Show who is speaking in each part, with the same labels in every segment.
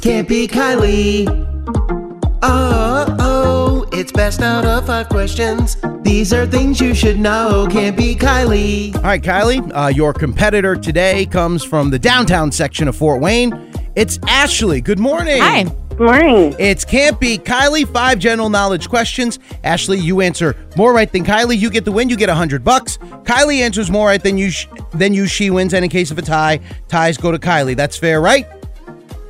Speaker 1: Can't be Kylie. Oh, oh, it's best out of five questions. These are things you should know. Can't be Kylie.
Speaker 2: All right, Kylie, uh, your competitor today comes from the downtown section of Fort Wayne. It's Ashley. Good morning.
Speaker 3: Hi.
Speaker 4: Morning.
Speaker 2: It's Can't Be Kylie, five general knowledge questions. Ashley, you answer more right than Kylie, you get the win, you get a 100 bucks. Kylie answers more right than you, sh- than you, she wins. And in case of a tie, ties go to Kylie. That's fair, right?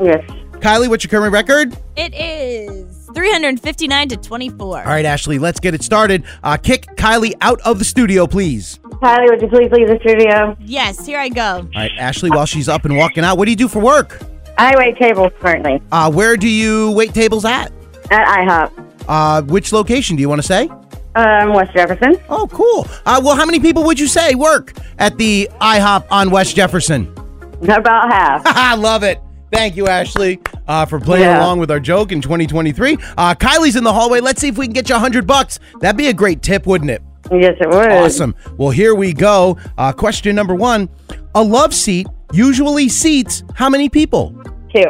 Speaker 4: Yes.
Speaker 2: Kylie, what's your current record?
Speaker 3: It is 359 to 24.
Speaker 2: All right, Ashley, let's get it started. Uh, kick Kylie out of the studio, please.
Speaker 4: Kylie, would you please leave the studio?
Speaker 3: Yes, here I go.
Speaker 2: All right, Ashley, while she's up and walking out, what do you do for work?
Speaker 4: I wait tables currently
Speaker 2: Uh, where do you wait tables at?
Speaker 4: at IHOP.
Speaker 2: Uh, which location do you want to say?
Speaker 4: Um, West Jefferson.
Speaker 2: Oh, cool. Uh, well, how many people would you say work at the IHOP on West Jefferson?
Speaker 4: About half.
Speaker 2: I love it. Thank you, Ashley, uh, for playing
Speaker 4: Yeah.
Speaker 2: along with our joke in 2023. Uh, Kylie's in the hallway. Let's see if we can get you 100 bucks. That'd be a great tip, wouldn't it?
Speaker 4: yes, it would.
Speaker 2: Awesome. Well, here we go. Uh, question number one A love seat usually seats how many people?
Speaker 4: Two.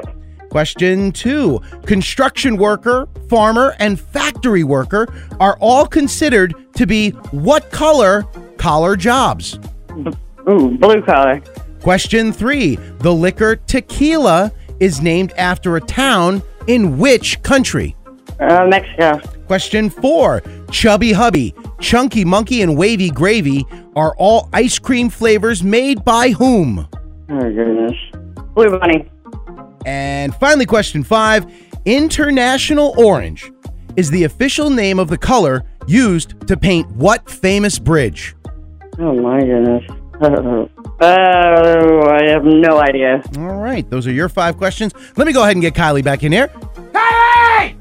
Speaker 2: Question two Construction worker, farmer, and factory worker are all considered to be what color collar jobs?
Speaker 4: Ooh, blue collar.
Speaker 2: Question three The liquor tequila is named after a town in which country?
Speaker 4: Uh, Mexico.
Speaker 2: Question four Chubby Hubby, Chunky Monkey, and Wavy Gravy are all ice cream flavors made by whom?
Speaker 4: Oh, goodness. Blue bunny.
Speaker 2: And finally, question five International Orange is the official name of the color used to paint what famous bridge?
Speaker 4: Oh, my goodness. Oh, I have no idea.
Speaker 2: All right, those are your five questions. Let me go ahead and get Kylie back in here. Kylie!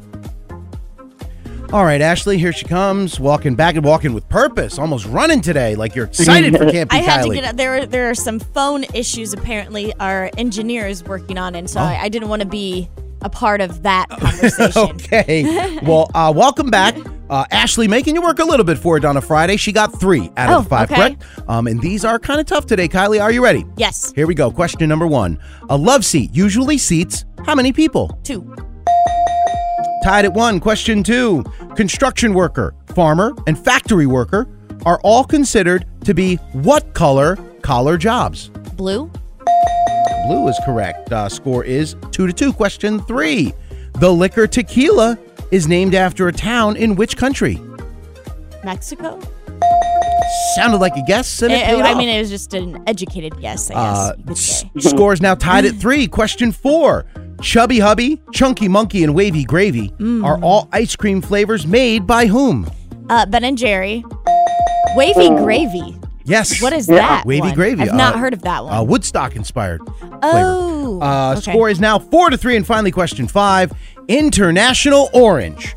Speaker 2: All right, Ashley, here she comes, walking back and walking with purpose, almost running today, like you're excited for Camp
Speaker 3: I
Speaker 2: Be
Speaker 3: had to
Speaker 2: Kylie.
Speaker 3: get out. There, were- there are some phone issues apparently our engineer is working on,
Speaker 2: Oh.
Speaker 3: and so I, I didn't want to be a part of that conversation.
Speaker 2: Okay. Well, uh, welcome back. Uh, Ashley making you work a little bit for it on a Friday. She got three out of
Speaker 3: Oh,
Speaker 2: the five
Speaker 3: okay.
Speaker 2: correct. Um, and these are kind of tough today. Kylie, are you ready?
Speaker 3: Yes,
Speaker 2: Here we go. Question number one. A love seat usually seats how many people?
Speaker 3: two,
Speaker 2: Tied at one. Question two. Construction worker, farmer, and factory worker are all considered to be what color collar jobs?
Speaker 3: blue,
Speaker 2: Blue is correct. Uh, score is two to two. Question three. The liquor tequila is named after a town in which country?
Speaker 3: Mexico.
Speaker 2: Sounded like a guess. And it,
Speaker 3: Eh,
Speaker 2: paid
Speaker 3: I
Speaker 2: off.
Speaker 3: mean, it was just an educated guess, I guess.
Speaker 2: Uh,
Speaker 3: you could
Speaker 2: s-
Speaker 3: say.
Speaker 2: scores now tied at three. Question four. Chubby Hubby, Chunky Monkey, and Wavy Gravy
Speaker 3: Mm.
Speaker 2: are all ice cream flavors made by whom?
Speaker 3: Uh, ben and Jerry, wavy gravy.
Speaker 2: Yes.
Speaker 3: What is that?
Speaker 2: Wavy
Speaker 3: one?
Speaker 2: Gravy.
Speaker 3: I've not
Speaker 2: Uh,
Speaker 3: heard of that one.
Speaker 2: Uh, Woodstock inspired.
Speaker 3: oh,
Speaker 2: Uh,
Speaker 3: okay.
Speaker 2: Score is now four to three. And finally, question five International Orange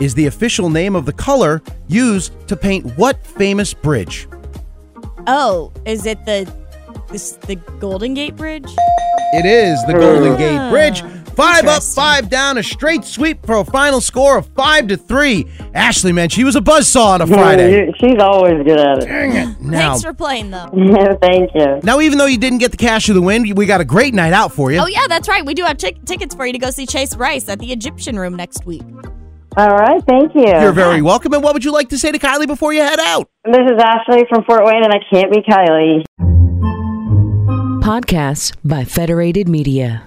Speaker 2: is the official name of the color used to paint what famous bridge?
Speaker 3: Oh, is it the this the Golden Gate Bridge?
Speaker 2: It is the Golden Gate Bridge. Five up,
Speaker 3: Hmm. Interesting.
Speaker 2: five down, a straight sweep for a final score of five to three. Ashley, man, she was a buzzsaw on a Friday.
Speaker 4: You- She's always good at it.
Speaker 2: Now,
Speaker 3: Thanks for playing though.
Speaker 4: Thank you.
Speaker 2: now, even though you didn't get the cash of the win, we got a great night out for you.
Speaker 3: Oh yeah, that's right. We do have tic- tickets for you to go see Chase Rice at the Egyptian Room next week.
Speaker 4: All right. Thank you.
Speaker 2: You're very welcome. And what would you like to say to Kylie before you head out?
Speaker 4: This is Ashley from Fort Wayne, and I can't be Kylie.
Speaker 5: Podcasts by Federated Media.